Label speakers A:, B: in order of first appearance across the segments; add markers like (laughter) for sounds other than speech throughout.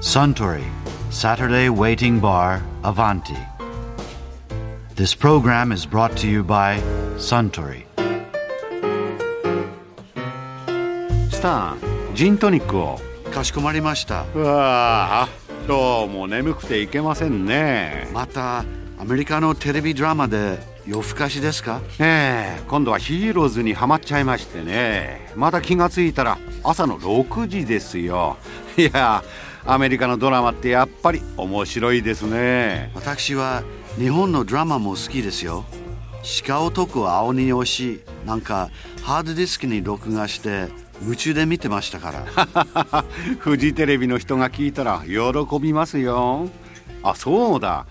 A: Suntory, Saturday Waiting Bar, Avanti. This program is brought to you by Suntory.
B: スタンジントニックを
A: かしこまりました。
B: うわあ今日も眠くていけませんね
A: またアメリカのテレビドラマで夜更かしですか
B: ええ今度はヒーローズにはまっちゃいましてねまた気がついたら朝の6時ですよいやアメリカのドラマってやっぱり面白いですね
A: 私は日本のドラマも好きですよ。鹿男は青に押し、なんかハードディスクに録画して夢中で見てましたから。 (laughs)
B: (laughs) フジテレビの人が聞いたら喜びますよあそうだ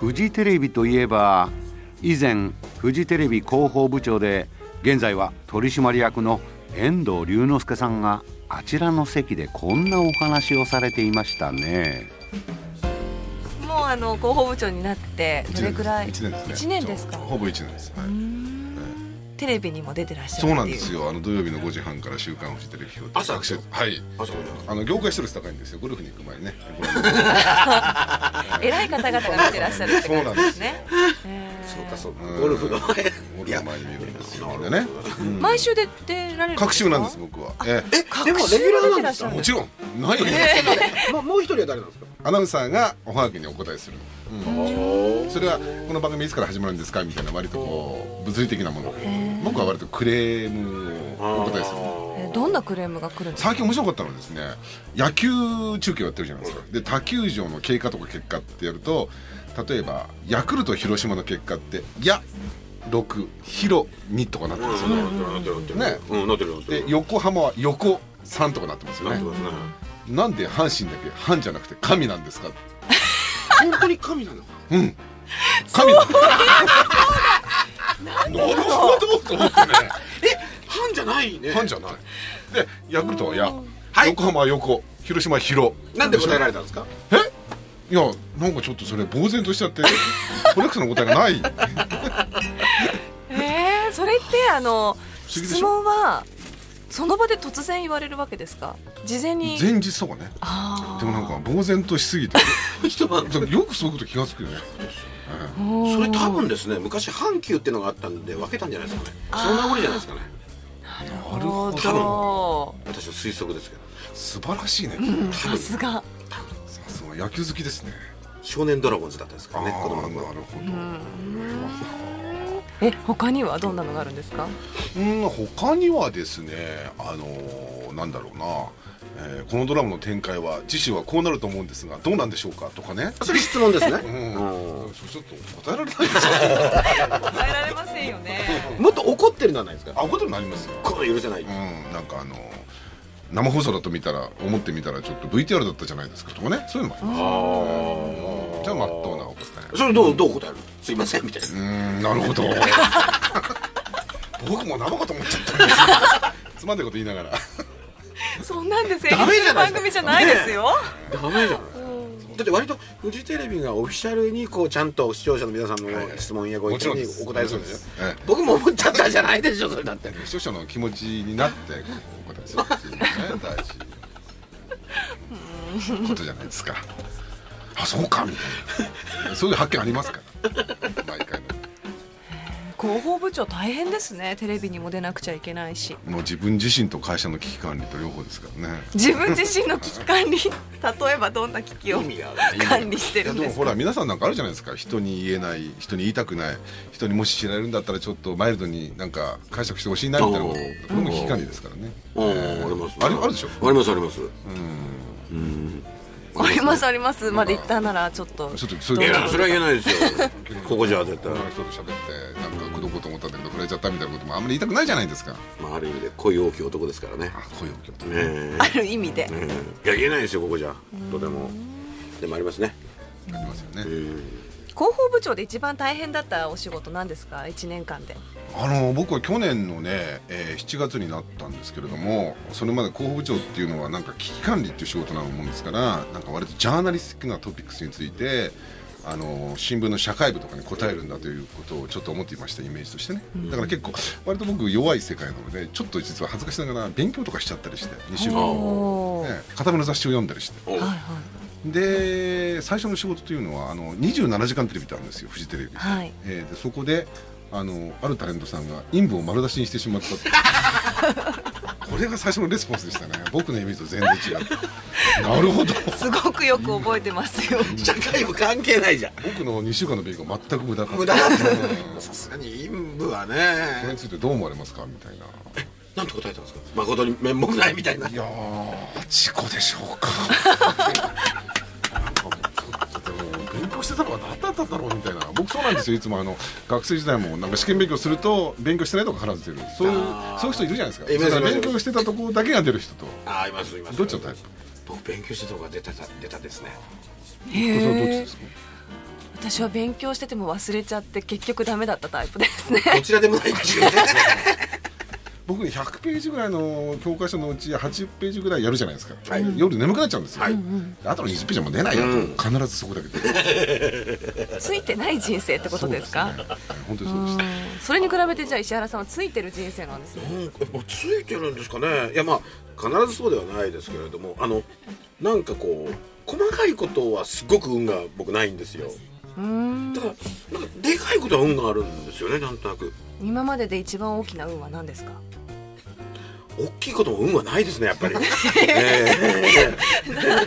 B: フジテレビといえば以前フジテレビ広報部長で現在は取締役の遠藤龍之介さんがあちらの席でこんなお話をされていましたね
C: もうあの広報部長になってどれくらい
D: 一年ですね
C: 一年ですか
D: ほぼ一年です、はい
C: テレビにも出てらっしゃるって
D: そ
C: いう
D: うなんですよあの土曜日の5時半から「週刊フジテレビ表」
E: 朝
D: 私はいあの業界ストレス高いんですよゴルフに行く前ねご覧になって
C: 偉い方々が見てらっしゃるってことですね
E: そうかそうか
D: うん
E: ゴルフの前
D: ゴ
E: い
D: ル
E: や
D: フ前に見るんですよみんなね
C: 毎週で出られる
D: 各週なんです
C: か
D: 僕はえ
E: でもレギュラーなんです
C: え
E: か
D: もちろんないよ (laughs)
E: まもう一人は誰なんですか
D: アナウンサーがおはがきにお答えする、うんそれはこの番組いつから始まるんですかみたいな割とこう物理的なもの僕は割とクレームをお答えする
C: えどんなクレームが来るんですか
D: 最近面白かったのはですね野球中継をやってるじゃないですかで他球場の経過とか結果ってやると例えばヤクルト広島の結果って「や」6「ひろ」2とかなってますよね
E: なってるなってる
D: ね
E: うんなってるなって
D: で横浜は「横」3とかなってますよね
E: すね
D: なんで阪神だけ「阪」じゃなくて「神」なんですか
E: 本当に神なの
D: 神なんだなるほどと思ってね
E: 半じゃないね
D: 阪じゃないでヤクルトは「や」
E: はい
D: 横浜は「横」広島は「ひろ」
E: なんで答えられたんですか
D: いやなんかちょっとそれ呆然としちゃってコレクションの答えがない
C: えーそれってあの
D: 議でしょ
C: 質問はその場で突然言われるわけですか事前に
D: 前日とかね
C: あ
D: でもなんか呆然としすぎて
E: 一晩
D: でもよくそういうこと気が付くよね
E: それ多分ですね昔阪急っていうのがあったんで分けたんじゃないですかねそんなことじゃないですかね
C: あなるほど
E: 私の推測ですけど
D: 素晴らしいね
E: 多
C: さ
E: 分
C: すが
D: さすが野球好きですね
E: 少年ドラゴンズだったんですか
D: ああ
E: ら
D: な
E: ね
D: る
E: 子供の頃
D: ほど
C: え他にはどんなのがあるんですか
D: うん他にはですねあのーなんだろうな、えーこのドラマの展開は次週はこうなると思うんですがどうなんでしょうかとかね
E: それ質問ですね
D: うん
E: う
D: ちょっと答えられないですよ
C: 答えられませんよね
E: もっと怒ってるのはないですか
D: あことになりますよ
E: これ許せない
D: うん、なんかあの生放送だと見たら思ってみたらちょっと VTR だったじゃないですかとかねそういうのもありますうんじゃあまっとうなお答え
E: それどうどう答えるすいませんみたいな
D: うーんなるほど (laughs) 僕も生かと思っちゃったんですよ (laughs) つまんないこと言いながら
C: そんなんで成立
E: ダメ
C: す
E: じゃ
C: る
E: ない
C: 番組じゃないですよ。
E: ダメじゃないだって割とフジテレビがオフィシャルにこうちゃんと視聴者の皆さんの質問やご意
D: もちろ
E: 見
D: ん
E: に
D: です
E: お答えするんですよ
D: もちろんですええ
E: 僕も思っちゃったじゃないでしょそれだって
D: 視聴者の気持ちになってこうお答えするっていうのがね大事
E: (laughs)
D: なことじゃないですかあそうかみたいなそういう発見ありますから毎回の
C: 広報部長大変ですね。テレビにも出なくちゃいけないし、
D: もう自分自身と会社の危機管理と両方ですからね
C: 自分自身の危機管理、例えばどんな危機を管理して
D: いや
C: るん
D: で
C: で
D: も
C: す
D: ほ
C: か。
D: ら皆さんなんかあるじゃないですか人に言えない人に言いたくない人にもし知られるんだったらちょっとマイルドになんか解釈してほしいなみたいなこと
E: お
D: こ
E: ー
D: れも危機管理ですからね
E: おーあります
D: あるあるでしょ
E: ありますあります
C: ありますあります。まで言ったならちょっと。
D: ちょっとそ
E: い
D: れ
E: やそれは言えないですよ (laughs) ここじゃ絶対
D: 他の人と喋ってなんか口説こうと思ったんだけど触れちゃったみたいなこともあんまり言いたくないじゃないですか
E: まあある意味で恋大きい男ですからね
D: あ声を受けと
E: え
C: ある意味で
E: え。ええいや言えないですよここじゃとてもでもありますね
D: ありますよね
C: 広報部長で一番大変だったお仕事なんですか。一年間で。
D: あの僕は去年のね、えー7月になったんですけれどもそれまで広報部長っていうのはなんか危機管理っていう仕事なもんですからなんか割とジャーナリスティックなトピックスについてあの新聞の社会部とかに答えるんだということをちょっと思っていましたイメージとしてねだから結構割と僕弱い世界なのでちょっと実は恥ずかしながら勉強とかしちゃったりして2週間、ね
C: おー
D: 片目の雑誌を読んだりして
E: お
C: はいはい。
D: で最初の仕事というのはあの27時間テレビってあるんですよフジテレビ、
C: はい
D: えーでそこであのあるタレントさんが陰部を丸出しにしてしまった
E: (laughs)
D: ってこれが最初のレスポンスでしたね僕のイメージと全然違うなるほど
C: すごくよく覚えてますよ。
E: 社会部関係ないじゃん
D: 僕の2週間の勉強が全く無駄かった
E: 無駄だっ
D: うん
E: たさすがに陰部は
D: それに
E: ね
D: ついてどう思われますかみたいな
E: なんて答えたんですか誠に面目ないみたいない
D: やー事故でしょうかなんかもうちょっともう勉強してたのは何だったんだろうみたいな僕そうなんですよいつもあの学生時代もなんか試験勉強すると勉強してないとこから出てるそういう
E: あー
D: そういう人いるじゃないですか
E: いますいます
D: だから勉強してたところだけが出る人と
E: ああいますいます
D: どっちのタイプ
E: 僕勉強してた方が出た出たですね
D: それはどっち
C: へ
D: で
C: え
D: すか
C: 私は勉強してても忘れちゃって結局ダメだったタイプですね。
E: (laughs) どちらでもないっていうね
D: 僕ね100ページぐらいの教科書のうち80ページぐらいやるじゃないですか、
E: はい
D: 夜眠くなっちゃうんですよ、
E: はい
D: あとの20ページはもう出ないよ、
E: うん
D: 必ずそこだけ出る
C: ついてない人生ってことですか。
D: そうですね本当に
C: う
D: そうでした
C: んそれに比べてじゃあ石原さんはついてる人生なんですね。
E: なんかやっぱついてるんですかねいやまあ必ずそうではないですけれどもあのなんかこう細かいことはすごく運が僕ないんですよ
C: うーん
E: だからなんかでかいことは運があるんですよねなんとなく
C: 今までで一番大きな運は何ですか。
E: 大きいことも運はないですねやっぱり、
C: (laughs)
E: え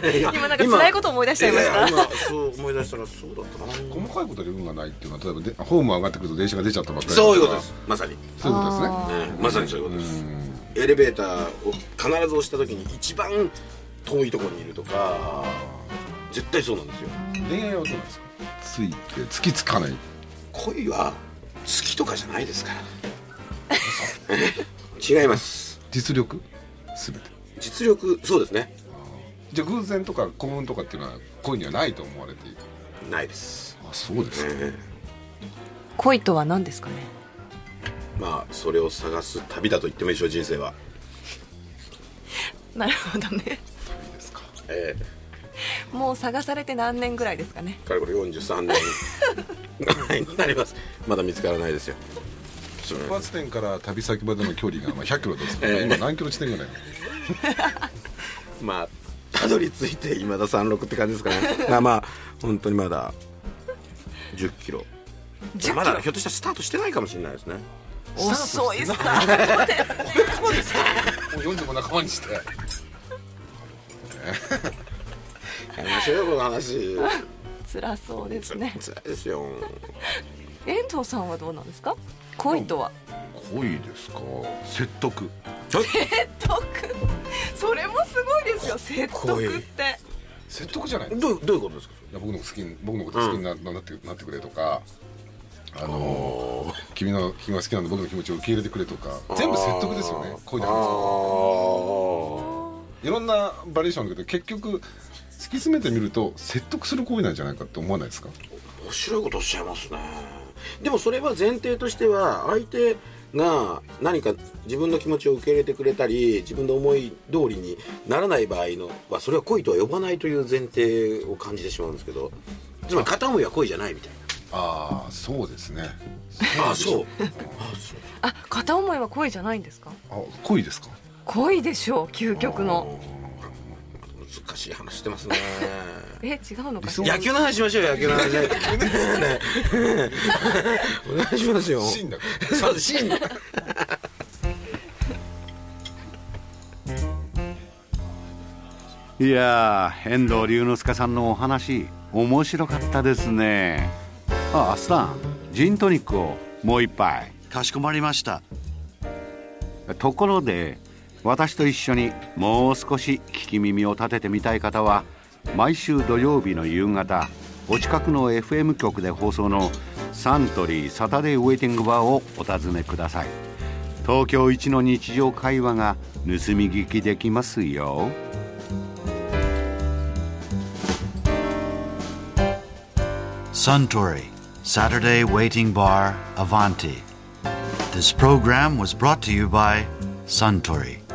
E: え
C: 今なんか辛いこと思い出しちゃいました
E: や今そう思い出したらそうだったな
D: 細かいことで運がないっていうのは例えばでホーム上がってくると電車が出ちゃったばっかりだとか
E: そういうことですまさに、
D: そういうことですね
C: あ
E: ええまさにそういうことです、
D: うん
E: エレベーターを必ず押した時に一番遠いところにいるとか絶対そうなんですよ
D: 恋愛はどうなんですかついてつきつかない
E: 恋は好きとかじゃないですから (laughs) 違います
D: 実力すべて
E: 実力そうですね
D: じゃあ偶然とか幸運とかっていうのは恋にはないと思われている
E: ないです、
D: あそうですか
E: え
C: 恋とは何ですかね。
E: えまあそれを探す旅だと言ってもいいでしょう人生 (laughs) は、
C: なるほどね。 (laughs)
D: いいですか
E: え
C: もう探されて何年ぐらいですかね。
E: えかれこれ43年 (laughs) になりますまだ見つからないですよ
D: 出発点から旅先までの距離 (laughs) がまあ100キロですけど、
E: ええ
D: 今何キロ地点ぐらい
E: まあたどり着いて今田三六って感じですか (laughs) ねまあまあ本当にまだ1 0キロ
C: 10
E: まだひょっとしたらスタートしてないかもしれないですね
C: 遅いっすか。
D: もう40も仲間にして
E: やめましょうよこの話
C: 辛そうですね。
E: 辛いですよ
C: 遠藤さんはどうなんですか。恋とは。
D: 恋ですか説得
C: 説得それもすごいですよ説得って
D: 説得じゃない
E: どうどういうことですか
D: いや僕のこと好きに僕のこと好きにな,、なってなってくれとかあの君の君が好きなんで僕の気持ちを受け入れてくれとか全部説得ですよね恋なんですよ
E: あ
D: いろんなバリエーションあるけど結局突き詰めてみると説得する行為なんじゃないかって思わないですか
E: あ面白いことおっしゃいますねでもそれは前提としては相手が何か自分の気持ちを受け入れてくれたり自分の思い通りにならない場合のはそれは恋とは呼ばないという前提を感じてしまうんですけどつまり片思いは恋じゃないみたい
D: ああそうですね
E: なあそうあそう
C: あ片思いは恋じゃないんですか
D: あ恋ですか
C: 恋でしょう究極の
E: 難しい話してますね
C: え違うのかし
D: 理
C: ら
E: 野球の話しまし (laughs) ょうよ野球の話ねお願いしますよ
D: 真だか
E: (laughs) そうですシン
B: いやー遠藤龍之介さんのお話面白かったですねあアスタンジントニックをもう一杯
A: かしこまりました
B: ところで私と一緒にもう少し聞き耳を立ててみたい方は毎週土曜日の夕方お近くの FM 局で放送のサントリーサタデーウェイティングバーをお尋ねください東京一の日常会話が盗み聞きできますよ
A: Suntory, Saturday Waiting Bar, Avanti. This program was brought to you by Suntory.